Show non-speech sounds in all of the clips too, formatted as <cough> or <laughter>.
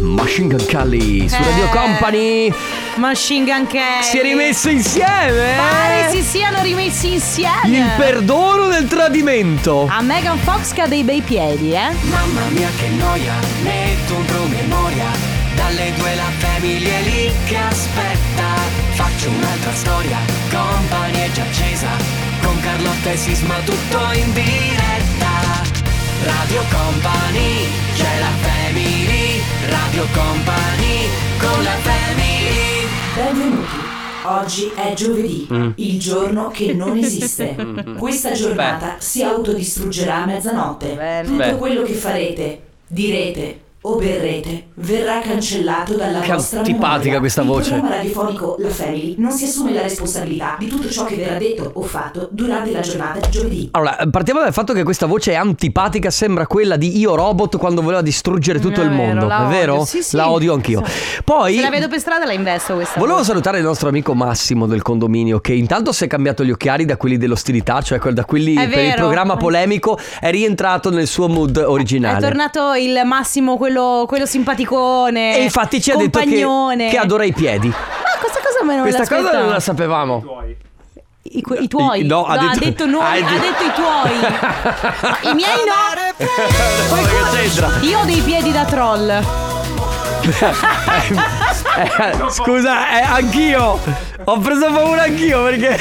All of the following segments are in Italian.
Machine Gun Kelly su Radio Eh. Company. Machine Gun Kelly. Si è eh? rimesso insieme. Pare si siano rimessi insieme. Il perdono del tradimento. A Megan Fox che ha dei bei piedi, eh? Mamma mia che noia, metto un promemoria Dalle due la famiglia è lì che aspetta Faccio un'altra storia, company è già accesa Con Carlotta e Sisma tutto in diretta Radio Company, c'è la family Radio Company, con la family Benvenuti. Oggi è giovedì, Mm. il giorno che <laughs> non esiste. Questa giornata si autodistruggerà a mezzanotte. Bene. Tutto Beh. quello che farete, direte o berrete verrà cancellato dalla Che vostra antipatica memoria. questa Il voce. programma radiofonico La Family non si assume la responsabilità di tutto ciò che verrà detto o fatto durante la giornata di giovedì. Allora, partiamo dal fatto che questa voce è antipatica, sembra quella di Io Robot quando voleva distruggere tutto È il vero, mondo, la è odio. vero? Sì, sì. La odio anch'io. Sì. Poi Se la vedo per strada la investo questa. Volevo volta. salutare il nostro amico Massimo del condominio che intanto si è cambiato gli occhiali da quelli dell'ostilità, cioè quel- da quelli È per il vero. programma polemico, è rientrato nel suo mood originale. È tornato il Massimo, quello, quello simpaticone. e infatti ci ha detto compagnone. che, che adora i piedi. Ma questa cosa a me non Questa l'aspettavo. cosa non la sapevamo. I, que- i tuoi. No, ha detto- noi, ah, ha di- detto i <laughs> tuoi. I miei no. Cosa c'entra? Io ho dei piedi <laughs> da troll. Eh, scusa, eh, anch'io. Ho preso paura anch'io perché.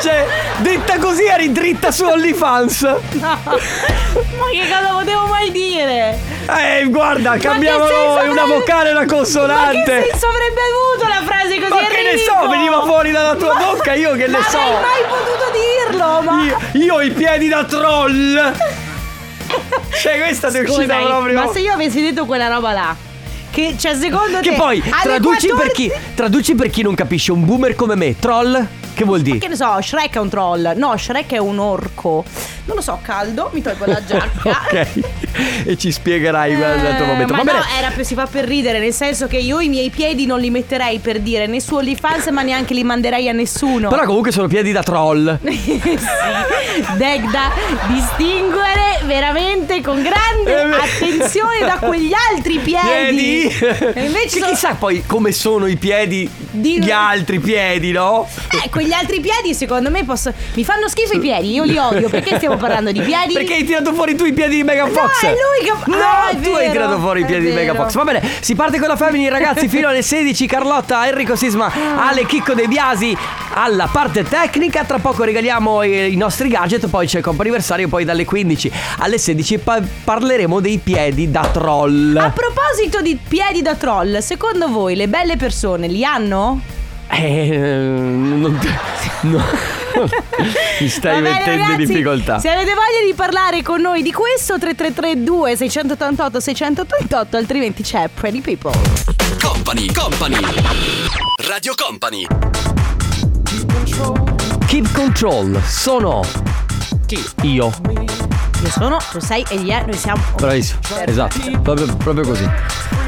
Cioè, detta così eri dritta su OnlyFans. No. Ma che cosa potevo mai dire? Eh, guarda, cambiavano senso una avrebbe- vocale e una Ma consonante. che senso avrebbe avuto la frase così Ma che ne so, ridicola? veniva fuori dalla tua bocca, io che ne Ma so. avrei mai potuto dirlo, ma... Io, io ho i piedi da troll. Cioè, questa ti è uscita Scusami, proprio. eh, Ma se io avessi detto quella roba là, che cioè secondo Che te poi alle traduci 14 per, chi, traduci per chi non capisce, un boomer come me, troll, che vuol dire? Che ne so, Shrek è un troll. No, Shrek è un orco. Non lo so, caldo, mi tolgo <laughs> la giacca. ok, e ci spiegherai guarda, Eh, un altro momento. ma Va bene. no, era per- si fa per ridere, nel senso che io i miei piedi non li metterei per dire né su OnlyFans, ma neanche li manderei a nessuno. Però comunque sono piedi da troll. sì, Deg da distinguere veramente con grande Eh, beh. attenzione da quegli altri piedi. Piedi. E invece che sono- chissà poi come sono i piedi Di- gli altri piedi, no? Eh, quegli altri piedi secondo me posso... mi fanno schifo i piedi, io li odio. Perché stiamo parlando di piedi? Perché hai tirato fuori tu i piedi di Megan Fox? è lui che- No, Ah, è tu hai vero, tirato fuori i è piedi di Megan vero. Fox. Va bene, si parte con la Family, ragazzi, fino alle 16. Carlotta, Enrico Sisma, Ah. Ale Chicco De Biasi alla parte tecnica. Tra poco regaliamo eh, i nostri gadget, poi c'è il comp'anniversario, poi dalle 15 alle 16 pa- parleremo dei piedi da troll. A proposito di piedi da troll, secondo voi le belle persone li hanno? Eh, non ti- <laughs> no. Mi stai Va bene, mettendo ragazzi, in difficoltà. Se avete voglia di parlare con noi di questo 3332 688 688 altrimenti c'è Pretty People. Company, Company Radio Company Keep control, sono io. Io sono, tu sei e gli è, noi siamo. Bravissimo, esatto, proprio, proprio così.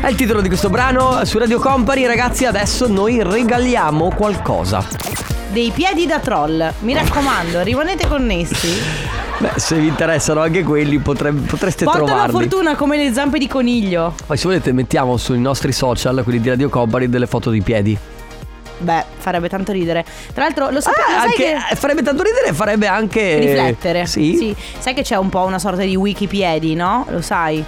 È il titolo di questo brano su Radio Company, ragazzi. Adesso noi regaliamo qualcosa. Dei piedi da troll. Mi raccomando, <laughs> rimanete connessi. Beh, se vi interessano anche quelli, potre- potreste Portano trovarli. fortuna come le zampe di coniglio. Poi, se volete, mettiamo sui nostri social, quelli di Radio Company, delle foto di piedi. Beh, farebbe tanto ridere. Tra l'altro, lo, sapete, Ah, lo sai anche- che... eh, farebbe tanto ridere e farebbe anche. Riflettere. Sì. Sai che c'è un po' una sorta di wikipiedi, no? Lo sai.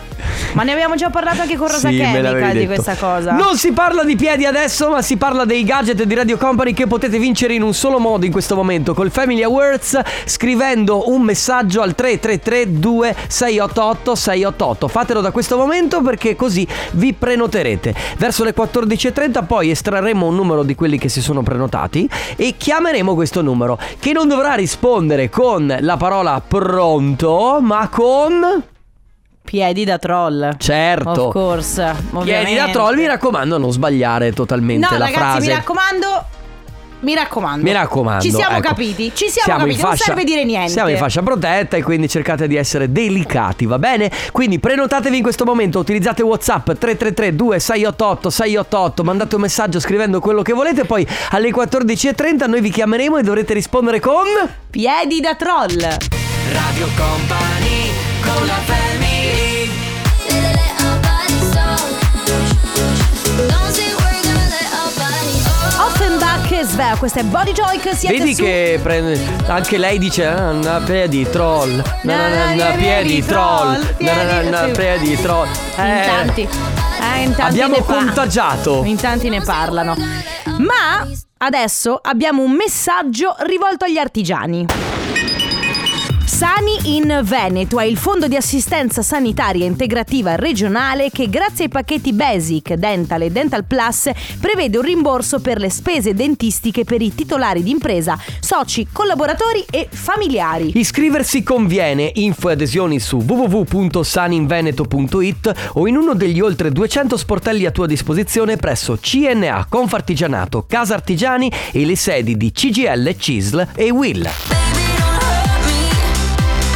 Ma ne abbiamo già parlato anche con Rosa Sì, me Chemical l'avevi di detto. questa cosa. Non si parla di piedi adesso, ma si parla dei gadget di Radio Company che potete vincere in un solo modo in questo momento, col Family Awards, scrivendo un messaggio al 333 2688 688. Fatelo da questo momento perché così vi prenoterete. Verso le 14.30 poi estrarremo un numero di quelli che si sono prenotati e chiameremo questo numero, che non dovrà rispondere con la parola pronto, ma con... Piedi da troll. Certo. Of course. Vieni ovviamente. da troll, mi raccomando, non sbagliare totalmente No, la ragazzi, frase. mi raccomando. Mi raccomando. Mi raccomando. Ci siamo ecco. capiti. Ci siamo, in capiti. fascia- non serve dire niente. Siamo in fascia protetta e quindi cercate di essere delicati, va bene? Quindi prenotatevi in questo momento, utilizzate WhatsApp 333 2688 688, mandate un messaggio scrivendo quello che volete, poi alle 14.30 noi vi chiameremo e dovrete rispondere con... Piedi da troll. Radio Company, con la family Let our bodies soul. Bea, questa è Body Joy. Siete Vedi su- che prende- anche lei dice "Ah, una pea di troll, na, na, Na, na, na, na, pea di troll, na, na, na, piedi- na, sì. pea di troll. In Eh, tanti. Eh, in tanti abbiamo ne par- contagiato. In tanti ne parlano. Ma adesso abbiamo un messaggio rivolto agli artigiani. Sani in Veneto è il fondo di assistenza sanitaria integrativa regionale che grazie ai pacchetti Basic, Dental e Dental Plus prevede un rimborso per le spese dentistiche per i titolari di impresa, soci, collaboratori e familiari. Iscriversi conviene, info e adesioni su www.saninveneto.it o in uno degli oltre 200 sportelli a tua disposizione presso CNA, Confartigianato, Casa Artigiani e le sedi di CGL, CISL e Will.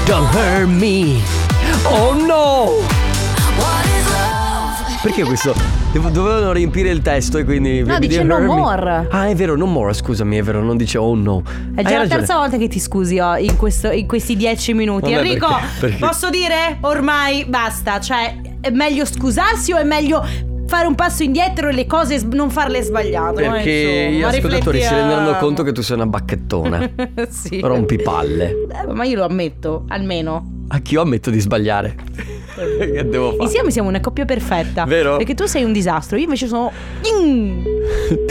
Don't hurt me. Oh no! Perché questo? Devo- Dovevano riempire il testo e quindi... No, mi dice dire, no "Hurt me". more. Ah, è vero, no more, scusami, è vero, non dice oh no. È già Hai la ragione. terza volta che ti scusi oh, in, questo- in questi dieci minuti. Vabbè, Enrico, perché- perché- posso dire? Ormai basta. Cioè, è meglio scusarsi o è meglio fare un passo indietro e le cose s- non farle sbagliate? Ma Perché gli insomma, ascoltatori si riflettiamo. renderanno conto <laughs> che tu sei una bacchettona. sì. Rompipalle. Eh, ma io lo ammetto, almeno. A chi io ammetto di <laughs> sbagliare? che devo fare? Insieme siamo una coppia perfetta. Vero? Perché tu sei un disastro, io invece sono. Mm.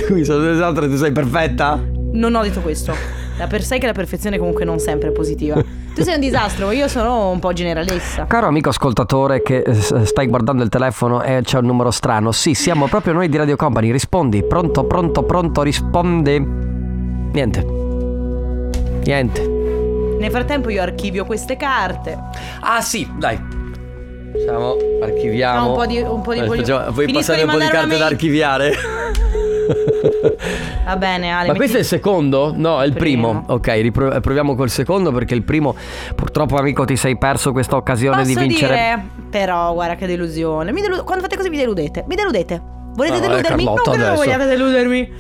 <laughs> tu mi sono esatto, tu sei perfetta? Non ho detto questo. La per sai che la perfezione comunque non sempre è positiva. Tu sei un disastro, ma io sono un po' generalista. Caro amico ascoltatore che eh, s- stai guardando il telefono e c'è un numero strano. Sì, siamo proprio noi di Radio Company. Rispondi. Pronto, pronto, pronto, rispondi. Niente. Niente. Nel frattempo io archivio queste carte. Ah sì, dai. Siamo, archiviamo. Ah, un po' di- un po' di Eh, voglio- facciamo- Vuoi Finisco passare di un po' di mandare carte una da mail. archiviare? Va bene, Ma Ale. metti- questo è il secondo? No, è il primo. Primo. Ok, ripro- proviamo col secondo perché il primo, purtroppo amico, ti sei perso questa occasione Posso di vincere. dire, però, guarda che delusione. Mi delu- Quando fate così mi deludete. Mi deludete. Volete Ah, vabbè, deludermi? Carlotta, non che non adesso. vogliate deludermi.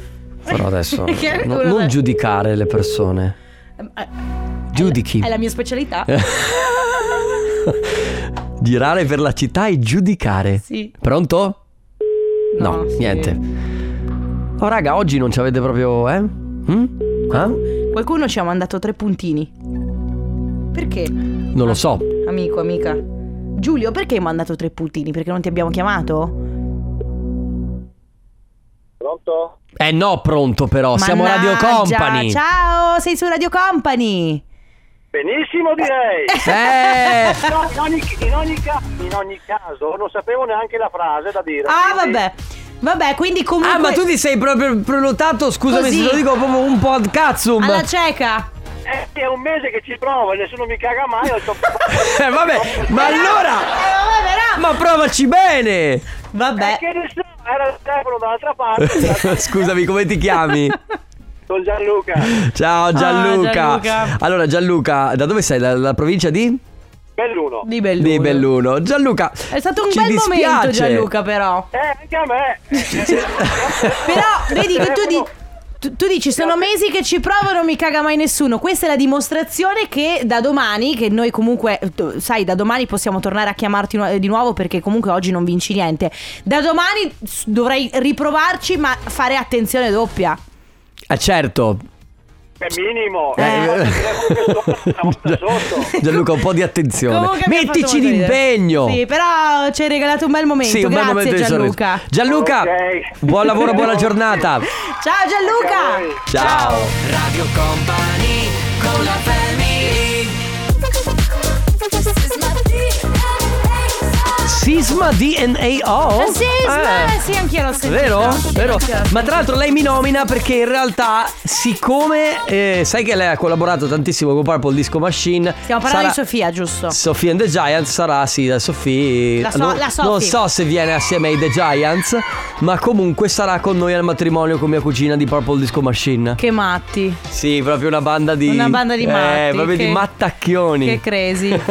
Però adesso <laughs> Che no- culo non sei. giudicare le <laughs> persone. Eh, Giudichi. Eh. È la mia specialità. Girare per la città e giudicare. Sì. Pronto? No, No, sì. niente. Oh raga, oggi non ci avete proprio, eh? Mm? Eh? Qualcuno ci ha mandato tre puntini. Perché? Non lo so. Amico, amica. Giulio, perché hai mandato tre puntini? Perché non ti abbiamo chiamato? Eh no, pronto però, Oh, siamo Radio Mannaggia, Company. Ciao, sei su Radio Company. Benissimo <laughs> direi. Eh! No, in, ogni, in ogni ca- in ogni caso non sapevo neanche la frase da dire. Ah, quindi- vabbè. Vabbè, quindi comunque. Ah, ma tu ti sei proprio prenotato? Scusami Così. se lo dico proprio un po' ad cazzum. Alla cieca. Eh, sì, è un mese che ci provo e nessuno mi caga mai. ho detto, <laughs> <laughs> Eh, vabbè, ma allora. Eh, vabbè, però. Ma provaci bene! <laughs> Vabbè. Che ne so, era il telefono dall'altra parte. Scusami, come ti chiami? Con Gianluca. Ciao Gianluca. Ah, Gianluca. Allora, Gianluca, da dove sei? Dalla provincia di? Belluno. Di bello. Di Belluno. Gianluca. È stato un ci bel dispiace. momento, Gianluca, però. Eh, anche a me. Eh, <laughs> Però, vedi che tu, Eh, di- tu- tu dici: Sono mesi che ci provo e non mi caga mai nessuno. Questa è la dimostrazione che da domani, che noi comunque, tu- sai, da domani possiamo tornare a chiamarti nu- di nuovo perché comunque oggi non vinci niente. Da domani s- dovrei riprovarci, ma fare attenzione doppia. Ah, certo. È minimo. Eh. Eh, il telefono che suona, una <laughs> volta sotto. Gianluca, un po' di attenzione. Comunque mi ha fatto Mettici molto ridere. d'impegno. Sì, però ci hai regalato un bel momento. Sì, un bel Grazie momento di sorriso. Gianluca. Gianluca, Ok. buon lavoro, buona <laughs> giornata. Ciao Ciao a voi. Gianluca. Ciao. Radio Company con la family Sisma DNA O. Sì, Eh. sì, sì, anch'io l'ho sentito. Vero? Vero? Anch'io l'ho Ma tra l'altro lei mi nomina perché in realtà, siccome eh, sai che lei ha collaborato tantissimo con Purple Disco Machine, Stiamo parlando sarà- di Sofia, giusto? Sophie and the Giants sarà, sì, da Sophie. La so- non, la Sophie. non so se viene assieme ai The Giants, ma comunque sarà con noi al matrimonio con mia cugina di Purple Disco Machine. Che matti. Sì, proprio una banda di. Una banda di Eh, matti, proprio di <laughs> che- mattacchioni. Che crazy.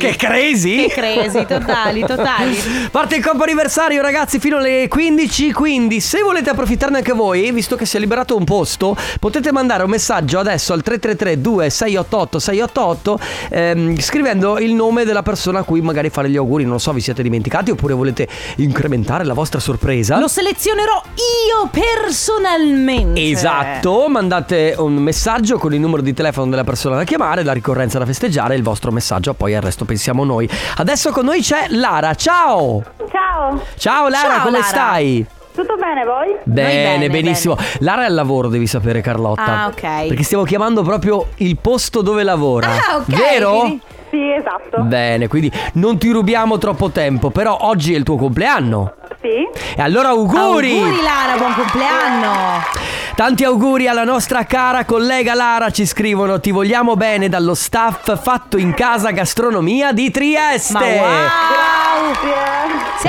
<laughs> Che crazy? Che crazy, totali, totali. <laughs> Natali. Parte il compo anniversario, ragazzi, fino alle 15. Quindi, se volete approfittarne anche voi, visto che si è liberato un posto, potete mandare un messaggio adesso al 333-2688-688 ehm, scrivendo il nome della persona a cui magari fare gli auguri. Non so, vi siete dimenticati oppure volete incrementare la vostra sorpresa. Lo selezionerò io personalmente. Esatto, mandate un messaggio con il numero di telefono della persona da chiamare, la ricorrenza da festeggiare, il vostro messaggio, poi al resto pensiamo noi. Adesso con noi c'è Lara, ciao! Ciao, Ciao Lara, Ciao, come Lara. stai? tutto bene voi? Bene, bene, benissimo. Lara è al lavoro, devi sapere Carlotta. Ah, ok. Perché stiamo chiamando proprio il posto dove lavora. Ah, ok. Vero? quindi- Sì, esatto. Bene, quindi non ti rubiamo troppo tempo, però oggi è il tuo compleanno. Sì. E allora auguri! Auguri Lara, buon compleanno. Tanti auguri alla nostra cara collega Lara, ci scrivono ti vogliamo bene dallo staff fatto in casa gastronomia di Trieste. Ma wow! Grazie.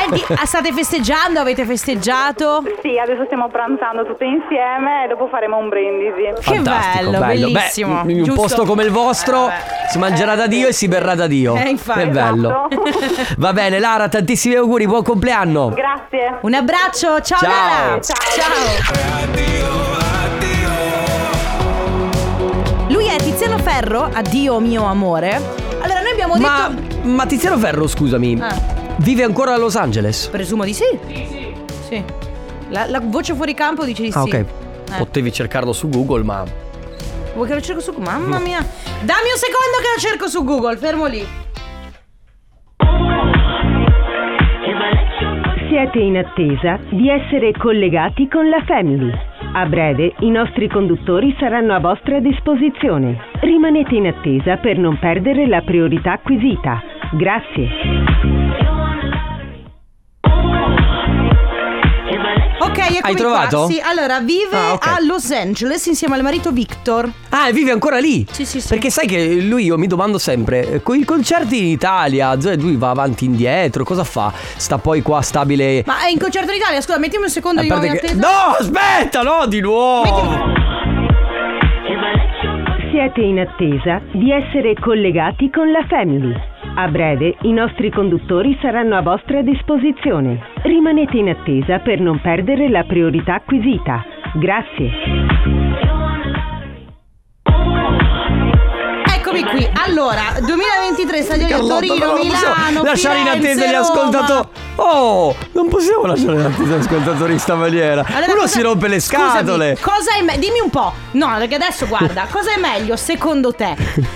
Senti, ah, state festeggiando? Avete festeggiato? Sì, adesso stiamo pranzando tutte insieme e dopo faremo un brindisi. Fantastico, bello, bellissimo. Beh, in un Giusto. posto come il vostro Eh, vabbè. si mangerà da Dio e si berrà da Dio. Eh, infatti. Che <laughs> bello. <laughs> Esatto. Va bene, Lara, tantissimi auguri, buon compleanno. Grazie. Un abbraccio, Ciao. ciao, Lara. Lui è Tiziano Ferro, addio mio amore. Allora noi abbiamo Ma, detto ma Tiziano Ferro, scusami, Ah. vive ancora a Los Angeles? presumo di sì. Sì, sì. La, la voce fuori campo dice di Ah, sì. Eh. ok. Potevi cercarlo su Google, ma Vuoi che lo cerco su Google? Mamma mia. Dammi un secondo che lo cerco su Google, fermo lì. Siete in attesa di essere collegati con la Family. A breve i nostri conduttori saranno a vostra disposizione. Rimanete in attesa per non perdere la priorità acquisita. Grazie. Ok, eccomi Hai trovato? qua. Sì, allora vive Ah, ok. a Los Angeles insieme al marito Victor. Ah, e vive ancora lì? Sì, sì, sì. Perché sai che lui, io mi domando sempre, eh, con i concerti in Italia, cioè lui va avanti e indietro, cosa fa? Sta poi qua stabile... Ma è in concerto in Italia, scusa, mettimi un secondo A di nuovo parte in che- attesa. No, aspetta, no, di nuovo! Siete in attesa di essere collegati con la Family. A breve i nostri conduttori saranno a vostra disposizione. Rimanete in attesa per non perdere la priorità acquisita. Grazie. Eccomi qui. Allora, 2023 stadione di Carlotta, Torino, però non possiamo Milano, lasciare in Firenze, attesa gli Roma. ascoltatori. Oh, non possiamo lasciare in attesa gli ascoltatori in sta maniera. Allora, Uno cosa- si rompe le scusami, scatole. cosa è me- dimmi un po'. No, perché adesso guarda, cosa è meglio <laughs> secondo te?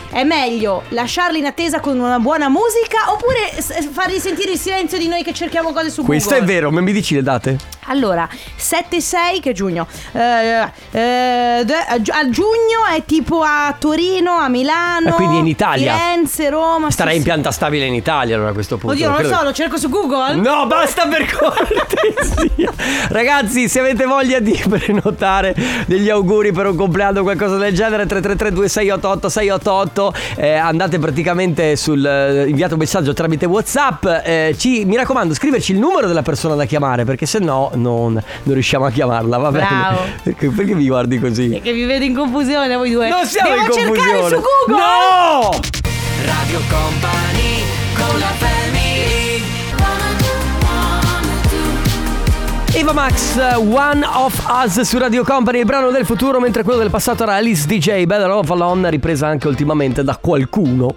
È meglio lasciarli in attesa con una buona musica oppure s- farli sentire il silenzio di noi che cerchiamo cose su Questo è Google? vero, ma mi dici le date? Allora, 7-6 che è giugno. Eh, eh, d- a gi- a giugno è tipo a Torino, a Milano. Ah, quindi è in Italia. Firenze, Roma. sì, Starai in sì. pianta stabile in Mm. Italia allora a questo punto. Oddio, non lo credo so, che- lo cerco su Google. No, basta per cortesia. Ragazzi, se avete voglia di prenotare degli auguri per un compleanno o qualcosa del genere, 333-2688-688, eh, andate praticamente sul eh, inviate un messaggio tramite WhatsApp. eh, ci- mi raccomando, scriverci il numero della persona da chiamare, perché se no non, non riusciamo a chiamarla, va bene? Bravo. Perché, <laughs> perché mi guardi così? Perché vi vedo in confusione voi due. Non siamo Devo in confusione. cercare su Google. No! Radio Company con la family Eva Max, One of Us su Radio Company, il brano del futuro, mentre quello del passato era Alice DJ, Better of Alone, ripresa anche ultimamente da qualcuno.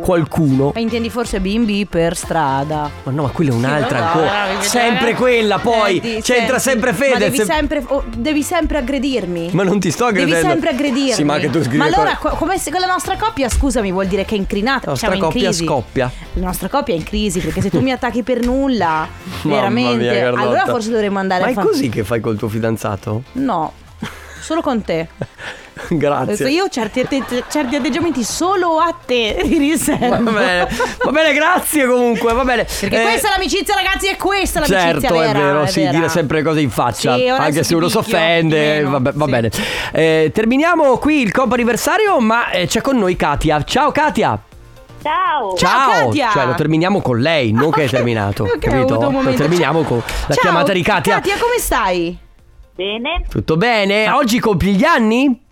Qualcuno. Ma intendi forse bimbi per strada? Ma no, ma quella è un'altra Sì, no, ancora. no, no, sempre no. quella poi. Senti, C'entra Eh, senti. sempre Fede. Ma devi, se- sempre, oh, devi sempre aggredirmi. Ma non ti sto aggredendo. Devi sempre aggredirmi. Sì, ma anche tu scrivi Ma allora, cose- co- come se con la nostra coppia, scusami, vuol dire che è incrinata. La nostra siamo in coppia crisi. scoppia. La nostra coppia è in crisi perché se tu mi attacchi per nulla, <laughs> Mamma veramente, mia, Carlotta. allora forse dovremmo andare Ma a è fare. così che fai col tuo fidanzato? <laughs> No, solo con te. Adesso Grazie. io certi, atte- certi atteggiamenti solo a te <laughs> li riservo. Va <laughs> bene. Va bene, grazie comunque, va bene. Perché Eh, questa è l'amicizia, ragazzi, è questa l'amicizia Certo, vera. è vero, sì, vera. dire sempre le cose in faccia, Sì, ora anche adesso se ti uno si picchio, offende, meno, vabbè, va sì. bene. Eh, terminiamo qui il compo anniversario, ma eh, c'è con noi Katia. Ciao Katia! Ciao. Ciao, Katia! Cioè, lo terminiamo con lei, non che è <laughs> Ok, terminato, ok, ho capito? avuto un Lo momento. terminiamo con la Ciao, chiamata di Katia. Katia, come stai? Bene. Tutto bene? Oggi compi gli anni?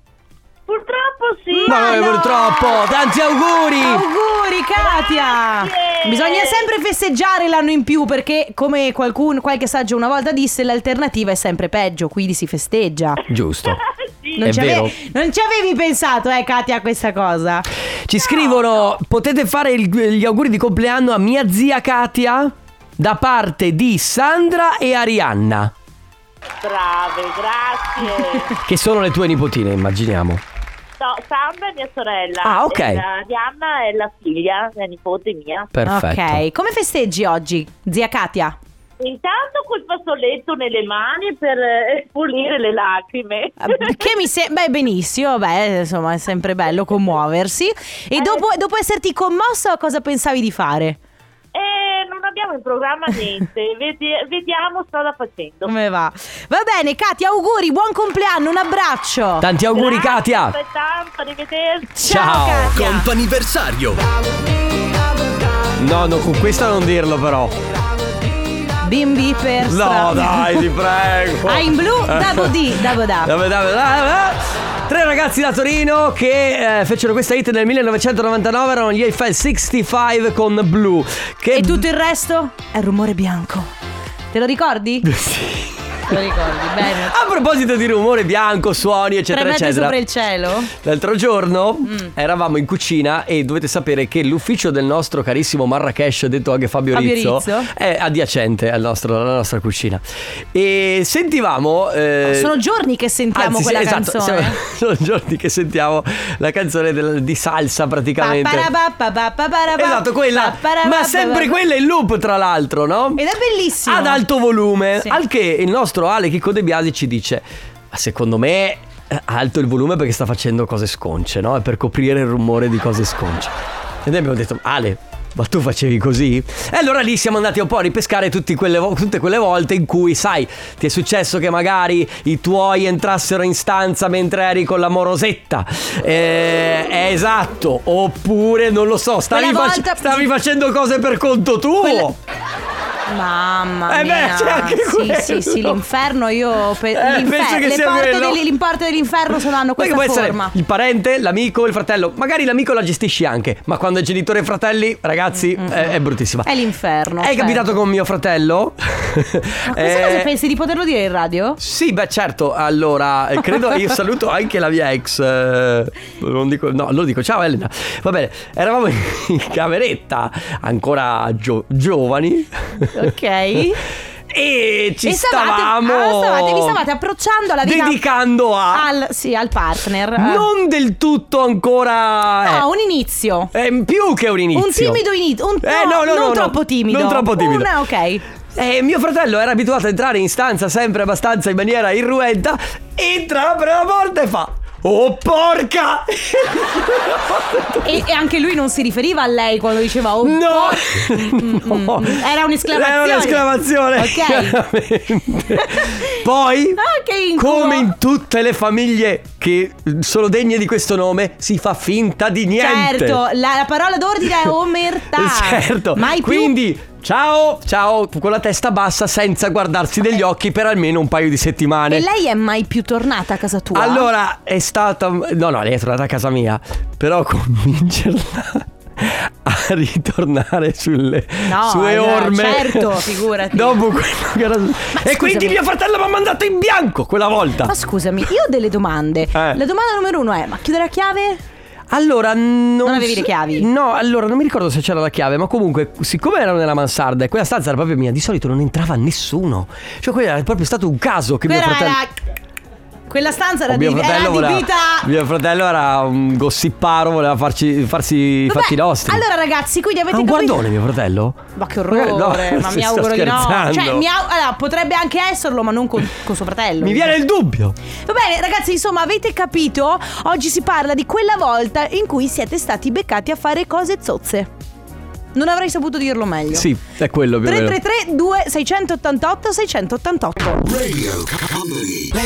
Purtroppo sì. Ma no! <laughs> purtroppo, tanti auguri! Auguri, Katia! Grazie. Bisogna sempre festeggiare l'anno in più perché, come qualcuno, qualche saggio una volta disse, l'alternativa è sempre peggio, quindi si festeggia. <laughs> Giusto. Sì. È Non, ci, vero. non ci avevi pensato, eh, Katia, a questa cosa. Ci scrivono: potete fare il- gli auguri di compleanno a mia zia Katia da parte di Sandra e Arianna, Brave, <laughs> grazie. che sono le tue nipotine, immaginiamo. No, Sandra è mia sorella. Ah, ok. E la Diana è la figlia, la nipote mia. Perfetto. Ok, come festeggi oggi, zia Katia? Intanto col fazzoletto nelle mani per eh, pulire le lacrime. Ah, Che mi sembra beh, benissimo, beh, insomma, è sempre bello commuoversi. Eh. E dopo, dopo esserti commossa, cosa pensavi di fare? <laughs> E non abbiamo in programma niente, Vedi- vediamo strada facendo. Come va? Va bene, Katia, auguri, buon compleanno, un abbraccio. Tanti auguri, Grazie Katia. per tanto, arrivederci. Ciao. Katia. Comp'anniversario No, no, con questa non dirlo, però. Bimbi per No, <laughs> strada. dai, <laughs> ti prego. Ah, in blu, double D, double da. Dai, dai, dai, dai. Tre ragazzi da Torino che eh, fecero questa hit nel 1999 erano gli Eiffel 65 con Blue. Che E <laughs> tutto il resto è rumore bianco. Te lo ricordi? Te lo ricordi, bene. A proposito di rumore bianco, suoni, Tre eccetera, metri eccetera. sopra il cielo? Mm. L'altro giorno eravamo in cucina e dovete sapere che l'ufficio del nostro carissimo Marrakesh, detto anche Fabio, Fabio Rizzo, Rizzo. è adiacente al nostro- alla nostra cucina. E sentivamo. eh, Sono giorni che sentiamo anzi, sì, quella esatto, canzone. siamo- <laughs> sono giorni che sentiamo la canzone del- di salsa praticamente. Esatto, Esatto, quella. Ma sempre quella in loop, tra l'tro, no? Ed è bellissimo. Ad alto volume. Sì. Al che il nostro Ale Chicco De Biasi ci dice: Ma secondo me eh, alto il volume perché sta facendo cose sconce, no? È per coprire il rumore di cose sconce. E noi abbiamo detto: Ale. Ma tu facevi così? E allora lì siamo andati un po' a ripescare tutti quelle vo- tutte quelle volte in cui, sai, ti è successo che magari i tuoi entrassero in stanza mentre eri con la morosetta. Eh, eh, esatto. Oppure, non lo so, stavi, Quella fac- volta- stavi facendo cose per conto tuo. Quella- Mamma Eh beh, mia. c'è anche quello. sì, sì, sì, l'inferno io pe- Eh, l'infer- penso che le sia porte quello. dell- l'importo dell'inferno sono hanno Perché questa può essere forma. il parente, l'amico, il fratello. Magari l'amico la gestisci anche, ma quando è genitore e fratelli, ragazzi, Mm, è, è bruttissima. È l'inferno. È cioè. capitato Eh. con mio fratello. <laughs> Ma queste cose pensi di poterlo dire in radio? Sì, beh, certo. Allora, eh, credo io saluto anche la mia ex. eh, non dico, no, lo dico. Ciao Elena. Va bene, eravamo in, in <laughs> cameretta, ancora gio- giovani. Ok. e <laughs> E ci stavate, stavamo. ah, stavate- vi stavate approcciando alla vita Dedicando a. al, sì, al partner. eh. Ah. Non del tutto ancora. eh. No, un inizio. È in più che un inizio. Un timido inizio. Un, Eh, no, no, no, non no. troppo timido. Non troppo timido. Un- ok. Eh, mio fratello era abituato a entrare in stanza sempre abbastanza in maniera irruenta. Entra, apre la porta e fa. Oh porca! E, e anche lui non si riferiva a lei quando diceva <laughs> oh, No! No. Mm, Era un'esclamazione. Era un'esclamazione. Ok. <laughs> chiaramente. Poi, <laughs> Ah, che incubo. come in tutte le famiglie che sono degne di questo nome, si fa finta di niente. Certo, la, la parola d'ordine è omertà. <laughs> Certo. Mai più. Quindi, ciao, ciao, con la testa bassa, senza guardarsi negli occhi per almeno un paio di settimane. Eh. E lei è mai più tornata a casa tua? Allora è stata. No, no, lei è tornata a casa mia. Però <laughs> convincerla a ritornare sulle No, sue allora, orme. certo, <laughs> figurati. Dopo quello che era. e quindi mio fratello mi ha mandato in bianco quella volta. Ma scusami, io ho delle domande. Eh. La domanda numero uno è: ma chiudere la chiave? Allora, non, Non avevi so- le chiavi? No, allora non mi ricordo se c'era la chiave, ma comunque, siccome ero nella mansarda e quella stanza era proprio mia, di solito non entrava nessuno. Cioè, quello era proprio stato un caso che mio Però fratello. era. Quella stanza era, Oh, mio, di, era fratello voleva- adibita. mio fratello era un gossiparo, voleva farci, farsi i Vabbè, fatti nostri. Allora, ragazzi, quindi Ma avete è un capito. guardone mio fratello? Eh, Ma che <laughs> orrore, No, ma sto mi auguro di no. scherzando. Cioè, mi au- allora, potrebbe anche esserlo, ma non con, con suo fratello. Mi viene il dubbio. Va bene, ragazzi, insomma, avete capito? Oggi si parla di quella volta in cui siete stati beccati a fare cose zozze. Non avrei saputo dirlo meglio. Sì, è quello più o meno. 333 2688 688 Le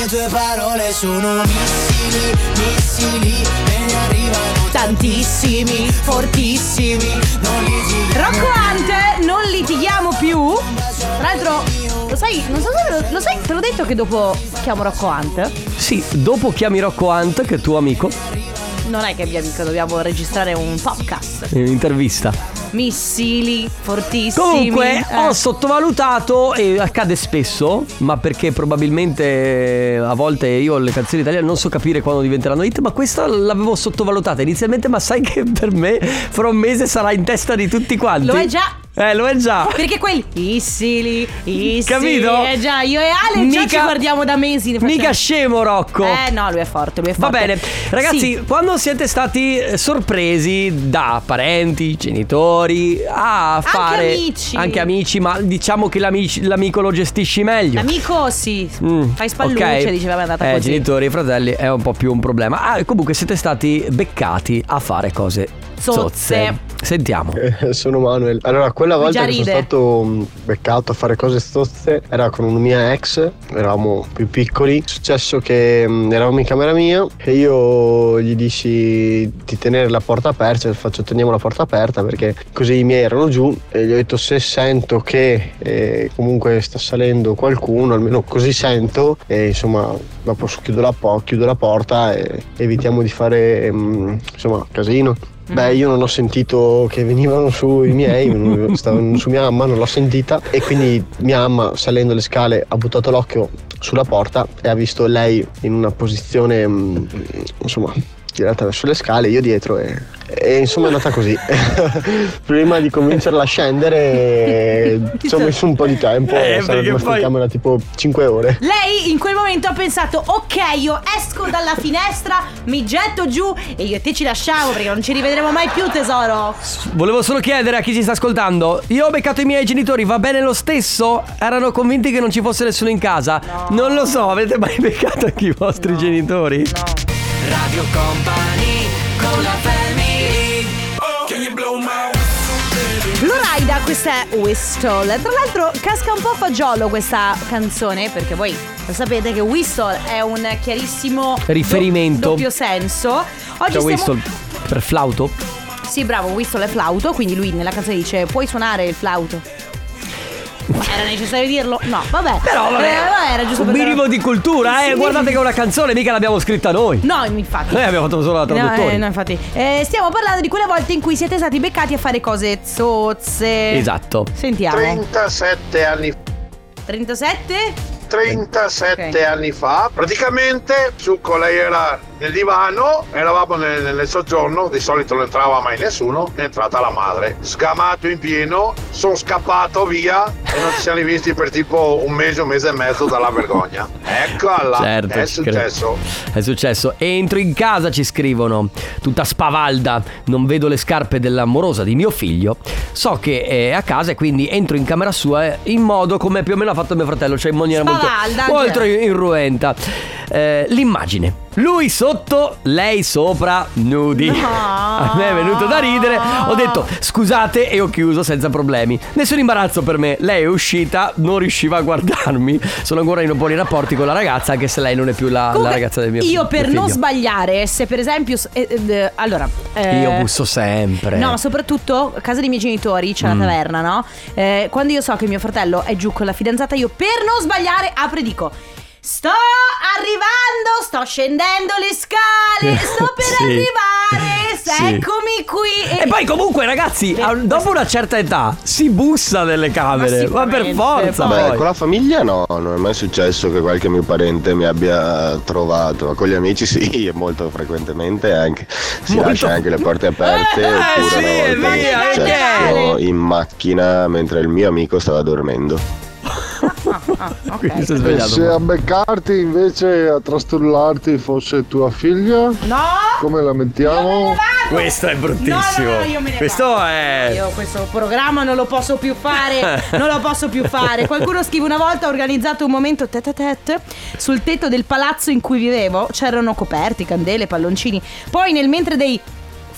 tue parole sono missili, missili E ne arrivano tantissimi, fortissimi Non li giri Rocco Hunter, non litighiamo più. Tra l'altro, lo sai, non so se ve lo, lo sai, te l'ho detto che dopo chiamo Rocco Hunt. Sì, dopo chiami Rocco Hunt, che è tuo amico, Non è che abbia amico, dobbiamo registrare un podcast. in intervista. missili fortissimi. Comunque oh, Eh. ho sottovalutato e accade spesso, ma perché probabilmente eh, a volte io le canzoni italiane non so capire quando diventeranno hit, ma questa l'avevo sottovalutata inizialmente, ma sai che per me fra un mese sarà in testa di tutti quanti. Lo è già. Eh, lo è già. Perché quelli Issili, Issili. Capito? Eh già, io e Ale già Mica- ci guardiamo da mesi. ne facciamo- Mica scemo Rocco. Eh no, lui è forte, lui è Va forte. bene, ragazzi, Sì. quando siete stati eh, sorpresi da parenti, genitori, a fare amici. anche amici, ma diciamo che l'amici- l'amico lo gestisci meglio. L'amico sì, Mm, fai spallucce, ok. dice vabbè è andata eh, così. genitori e fratelli è un po' più un problema. Ah, comunque siete stati beccati a fare cose Zozze. zozze. Sentiamo. Eh, Sono Manuel. Allora, quella Lui volta già che sono ride. stato mh, beccato a fare cose stozze era con una mia ex, eravamo più piccoli. È successo che mh, eravamo in camera mia e io gli dissi di tenere la porta aperta, faccio teniamo la porta aperta perché così i miei erano giù e gli ho detto se sento che eh, comunque sta salendo qualcuno, almeno così sento e insomma dopo chiudo la, po- chiudo la porta e evitiamo di fare mh, insomma casino. Mm. Beh, io non ho sentito che venivano su <laughs> i miei, stavano su mia mamma, non l'ho sentita e quindi mia mamma salendo le scale ha buttato l'occhio sulla porta e ha visto lei in una posizione mm, insomma girata verso le scale, io dietro e, e insomma è andata così. <laughs> Prima di convincerla a scendere <laughs> ci ho messo un po' di tempo, Eh, sarà perché rimasto poi- in camera tipo 5 ore. Lei in quel momento ha pensato Ok io esco dalla finestra Mi getto giù E io e te ci lasciamo Perché non ci rivedremo mai più tesoro Volevo solo chiedere a chi ci sta ascoltando: io ho beccato i miei genitori, va bene lo stesso? Erano convinti che non ci fosse nessuno in casa. Non lo so, avete mai <laughs> beccato anche i vostri genitori? Radio Company con la family Loraida questa è Whistle Tra l'altro casca un po' a fagiolo questa canzone Perché voi lo sapete che Whistle è un chiarissimo do- Riferimento. Doppio senso Oggi Cioè, stiamo- Whistle per flauto? Sì, bravo, Whistle è flauto, quindi lui nella canzone dice puoi suonare il flauto. Era necessario dirlo? No, vabbè. Però vabbè, Eh, vabbè, era giusto un per dare- minimo di cultura, eh. Sì. Guardate che è una canzone, mica l'abbiamo scritta noi. No, infatti. Noi Eh, abbiamo fatto solo la No, traduttori. eh, no, infatti. Eh, stiamo parlando di quelle volte in cui siete stati beccati a fare cose zozze. Esatto. Sentiamo. 37 anni 37? 37 Ok. anni fa, praticamente Zucco lei era nel divano, eravamo nel, nel soggiorno, di solito non entrava mai nessuno, è entrata la madre. Sgamato in pieno, sono scappato via e non ci siamo rivisti per tipo un mese, un mese e mezzo <laughs> dalla vergogna. Eccola, Certo, è ci credo. successo. È successo. Entro in casa, ci scrivono. Tutta spavalda. Non vedo le scarpe dell'amorosa di mio figlio. So che è a casa e quindi entro in camera sua eh, in modo come più o meno ha fatto mio fratello, cioè in maniera molto, Spavalda, molto cioè. irruenta. Eh, l'immagine. Lui sotto, lei sopra, nudi. No. <laughs> A me è venuto da ridere. Ho detto scusate e ho chiuso senza problemi. Nessun imbarazzo per me. Lei è uscita, non riusciva a guardarmi. Sono ancora in buoni rapporti con la ragazza, anche se lei non è più la, la Comunque, ragazza del mio Io mio per non figlio. sbagliare, se per esempio. s- eh, eh, eh, allora. eh, Io busso sempre. No, ma soprattutto a casa dei miei genitori c'è Mm. la taverna, no? Eh, quando io so che mio fratello è giù con la fidanzata, io per non sbagliare apro e dico. Sto arrivando, sto scendendo le scale, <laughs> sto <laughs> per Sì. arrivare, Sì. eccomi qui. E poi comunque ragazzi, a- dopo una certa età si bussa nelle camere, ma, per sicuramente, forza poi. poi. con la famiglia no, non è mai successo che qualche mio parente mi abbia trovato, ma con gli amici sì, <laughs> e molto frequentemente anche. Si Molto- lascia anche le porte aperte, Eh, eh, oppure sì, è una volta vero, è è successo vero. in macchina mentre il mio amico stava dormendo. Quindi si è svegliato. Eh, a beccarti invece a trastullarti fosse tua figlia, No! come la mettiamo? Questo è bruttissimo. No, no, no, io me ne Questo vado. è Io questo programma non lo posso più <laughs> fare, non lo posso più fare. Qualcuno scrive una volta ho organizzato un momento tete tete sul tetto del palazzo in cui vivevo, c'erano coperti, candele, palloncini. Poi nel mentre dei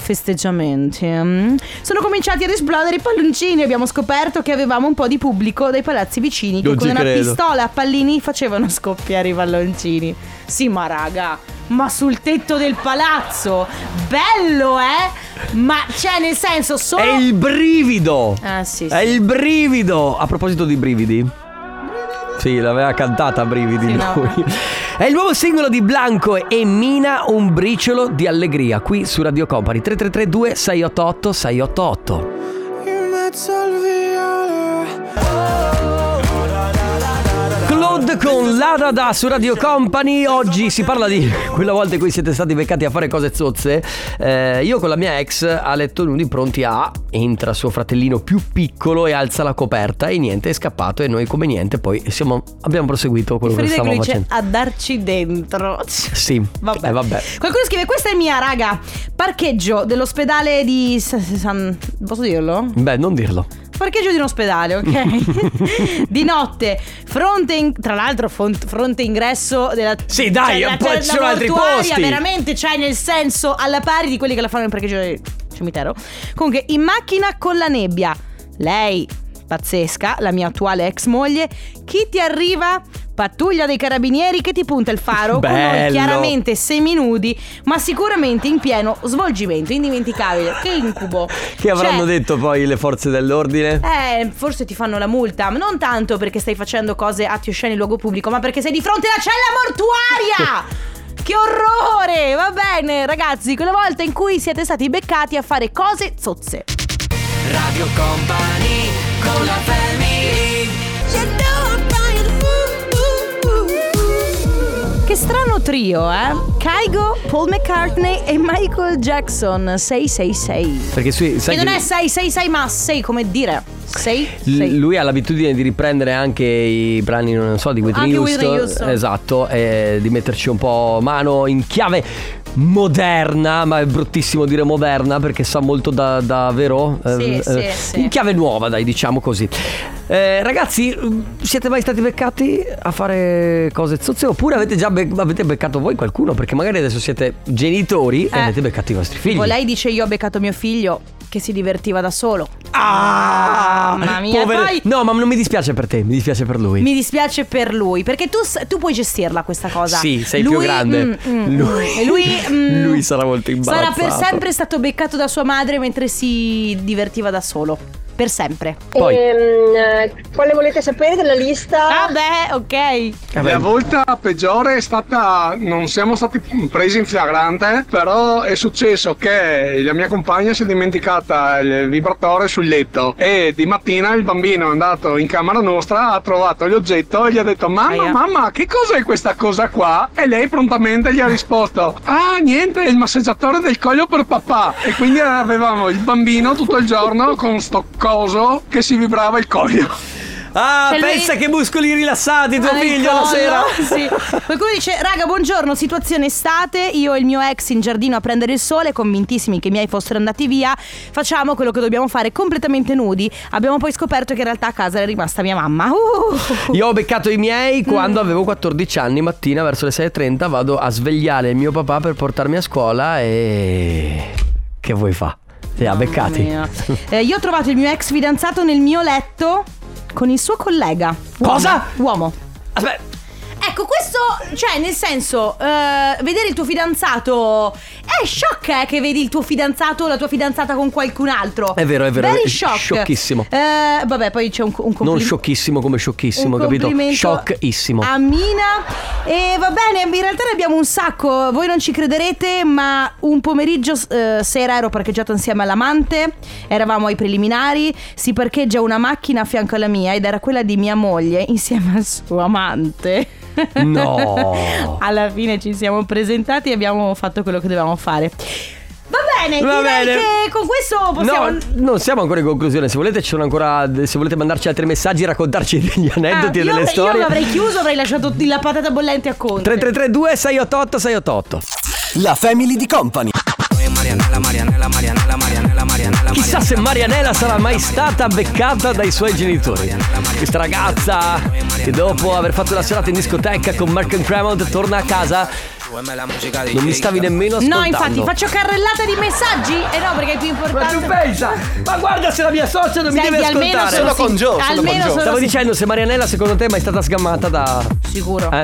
festeggiamenti mm, sono cominciati ad esplodere i palloncini e abbiamo scoperto che avevamo un po' di pubblico dai palazzi vicini che Non con ci una credo. pistola a pallini facevano scoppiare i palloncini. Sì, ma raga, ma sul tetto del palazzo, bello, eh? Ma cioè nel senso solo è il brivido. Ah, sì, sì. È il brivido. A proposito di brividi. Sì, l'aveva cantata a brividi Sì, no. lui. È il nuovo singolo di Blanco e Mina un briciolo di allegria qui su Radio Company 3332 688 688. accarezza il viale Claude con la da da su Radio Company. Oggi si parla di quella volta in cui siete stati beccati a fare cose zozze. Eh, io con la mia ex a letto nudi pronti a entra suo fratellino più piccolo e alza la coperta e niente è scappato e noi come niente poi siamo- abbiamo proseguito quello che Frida che stavamo lui dice facendo. a darci dentro. Sì, Vabbè. Eh, vabbè. Qualcuno scrive: Questa è mia, raga. Parcheggio dell'ospedale di. S- S- San... Posso dirlo? Beh, non dirlo. Parcheggio di un ospedale, <laughs> ok? di notte, fronte. in- Tra l'altro, fon- fronte ingresso della. cioè, Sì, dai, della un po' cella ci sono altri mortuaria, posti. Veramente, cioè, nel senso, alla pari di quelli che la fanno in parcheggio del cimitero. Comunque, in macchina con la nebbia. Lei, pazzesca, la mia attuale ex moglie. Chi ti arriva? Pattuglia dei carabinieri che ti punta il faro con noi Bello. chiaramente seminudi, ma sicuramente in pieno svolgimento, indimenticabile. Che incubo. Che avranno Cioè, detto poi le forze dell'ordine? eh, forse ti fanno la multa, ma non tanto perché stai facendo cose atti oscene in luogo pubblico, ma perché sei di fronte alla cella mortuaria! Che orrore! Va bene, ragazzi, quella volta in cui siete stati beccati a fare cose zozze. Radio Company con la family Che strano trio, eh? Kaigo, Paul McCartney e Michael Jackson 666. Perché sì, sai Che non che- è 666, ma 6 come dire? 6 L- Lui ha l'abitudine di riprendere anche i brani, non so, di Whitney Anche Houston. Whitney Houston. Esatto, e di metterci un po' mano in chiave moderna, ma è bruttissimo dire moderna perché sa molto da, da vero? Sì, sì, sì. In chiave nuova, dai, diciamo così. Eh, ragazzi, siete mai stati beccati a fare cose zozze oppure avete già be- avete beccato voi qualcuno? Perché magari adesso siete genitori e Eh. avete beccato i vostri figli. Tipo, lei dice io ho beccato mio figlio che si divertiva da solo. Ah, Mamma mia, povero- <laughs> poi- No, ma non mi dispiace per te, mi dispiace per lui. Mi dispiace per lui, perché tu, s- tu puoi gestirla questa cosa. Sì, sei Lui- più grande. mm, mm, lui, mm. E lui, <laughs> mm, lui sarà molto Sarà imbarazzato. per sempre stato beccato da sua madre mentre si divertiva da solo. Per sempre. Poi, quale volete sapere della lista? Vabbè, ok. vabbè, La volta peggiore è stata, non siamo stati presi in flagrante, però è successo che la mia compagna si è dimenticata il vibratore sul letto e di mattina il bambino è andato in camera nostra, ha trovato l'oggetto e gli ha detto mamma, Aia. mamma, che cos'è questa cosa qua? E lei prontamente gli ha risposto, ah niente, è il massaggiatore del collo per papà. E quindi avevamo il bambino tutto il giorno con sto coso che si vibrava il collo. ah, Cioè, lui- pensa che muscoli rilassati tuo Al figlio la collo, sera. <laughs> sì. Qualcuno dice: Raga, buongiorno, situazione estate. Io e il mio ex in giardino a prendere il sole, convintissimi che i miei fossero andati via. Facciamo quello che dobbiamo fare completamente nudi. Abbiamo poi scoperto che in realtà a casa era rimasta mia mamma. Uh. Io ho beccato i miei Mm. quando avevo 14 anni, mattina verso le 6.30 vado a svegliare il mio papà per portarmi a scuola e... Che vuoi fa? Li ha beccati. Mamma mia. Eh, io ho trovato il mio ex fidanzato nel mio letto con il suo collega. Uomo. Cosa? Uomo. Aspetta, Ecco, questo, cioè, nel senso, eh, vedere il tuo fidanzato. È shock eh, che vedi il tuo fidanzato o la tua fidanzata con qualcun altro. È vero, è vero, Very è shock. sciocchissimo. Eh, vabbè, poi c'è un, un compli- non sciocchissimo come sciocchissimo, un capito? complimento Sciocchissimo. A Mina. E va bene, in realtà ne abbiamo un sacco. Voi non ci crederete, ma un pomeriggio eh, sera ero parcheggiato insieme all'amante. Eravamo ai preliminari. Si parcheggia una macchina a fianco alla mia ed era quella di mia moglie insieme al suo amante. No. <laughs> Alla fine ci siamo presentati e abbiamo fatto quello che dovevamo fare. Va bene, Va direi bene. che con questo Ah, possiamo. No, non siamo ancora in conclusione. Se volete, ci sono ancora. Se volete mandarci altri messaggi, raccontarci degli Ah, aneddoti e io, delle io storie. l'avrei chiuso, avrei lasciato la patata bollente a conto. 3332 688 688 La family di company Chissà se Marianella sarà mai stata beccata dai suoi genitori Questa ragazza che dopo aver fatto la serata in discoteca con Mark and Cremont torna a casa Non mi stavi nemmeno ascoltando No, infatti, faccio carrellata di messaggi? Eh no, perché è più Ma tu importante. pensa Ma guarda se la mia socia non Senti, mi deve almeno ascoltare sono con Joe, almeno sono Stavo si- dicendo se Marianella secondo te è mai stata sgammata da... sicuro. Eh?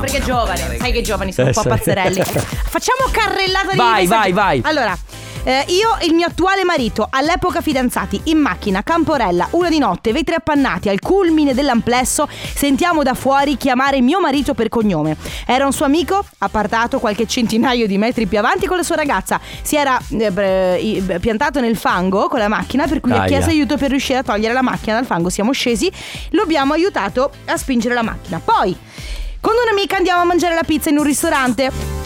Perché è giovane, sai che i giovani sono un Eh, po' sì. pazzerelli. Facciamo carrellata di Vai, messaggi. vai, vai. Allora, Eh, io e il mio attuale marito, all'epoca fidanzati, in macchina, Camporella, una di notte, vetri appannati, al culmine dell'amplesso, sentiamo da fuori chiamare mio marito per cognome. Era un suo amico, appartato qualche centinaio di metri più avanti con la sua ragazza. Si era eh, beh, i- beh, piantato nel fango con la macchina, per cui ha Aia. chiesto aiuto per riuscire a togliere la macchina dal fango. Siamo scesi, lo abbiamo aiutato a spingere la macchina. Poi, con un'amica andiamo a mangiare la pizza in un ristorante.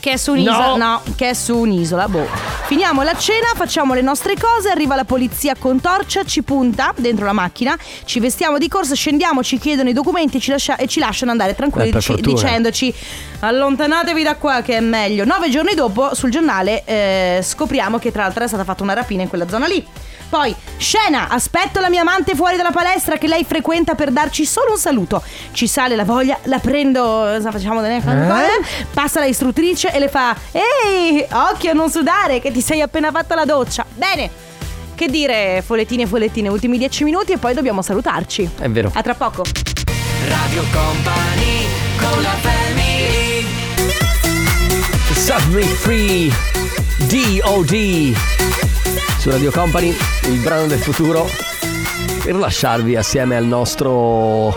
Che è su un'isola. No. che è su un'isola, boh. Finiamo la cena, facciamo le nostre cose, arriva la polizia con torcia, ci punta dentro la macchina, ci vestiamo di corsa, scendiamo, ci chiedono i documenti ci lascia- e ci lasciano andare tranquilli Eh, per dic- fortuna. dicendoci allontanatevi da qua che è meglio. Nove giorni dopo sul giornale eh, scopriamo che tra l'altro è stata fatta una rapina in quella zona lì. Poi, scena, aspetto la mia amante fuori dalla palestra che lei frequenta per darci solo un saluto. Ci sale la voglia, la prendo, sa, facciamo delle cose, passa la istruttrice e le fa Ehi, occhio a non sudare che ti sei appena fatta la doccia. Bene, che dire, follettine e follettine, ultimi dieci minuti e poi dobbiamo salutarci. È vero. A tra poco. Radio Company con la family Set me free D.O.D. su Radio Company, il brano del futuro. Per lasciarvi assieme al nostro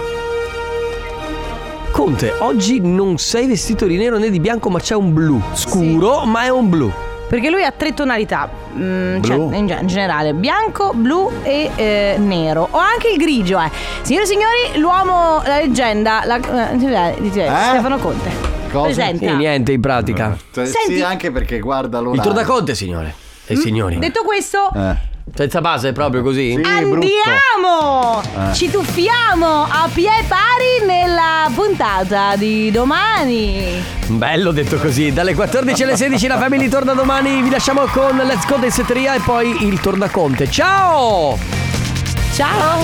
Conte, oggi non sei vestito di nero né di bianco, ma c'è un blu scuro, ma è un blu. Perché lui ha tre tonalità, mm, cioè, Blu. in, ge- in generale, bianco, blu e eh, nero. O anche il grigio, eh. Signore e signori, l'uomo, la leggenda, la- eh, eh, Stefano Conte. Presenta. Sì, niente in pratica. Senti. Cioè, anche perché guarda l'ora. Il tornaconte, signore e signori. Detto questo, Eh. Senza base, proprio così. andiamo! Eh. Ci tuffiamo a pie pari nella puntata di domani. Bello detto così, dalle 14 alle 16 la Family torna domani, vi lasciamo con Let's Go dei Setteria e poi il Tornaconte. Ciao! Ciao!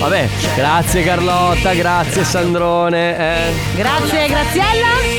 Vabbè, grazie Carlotta, grazie Sandrone. eh. Grazie, Graziella.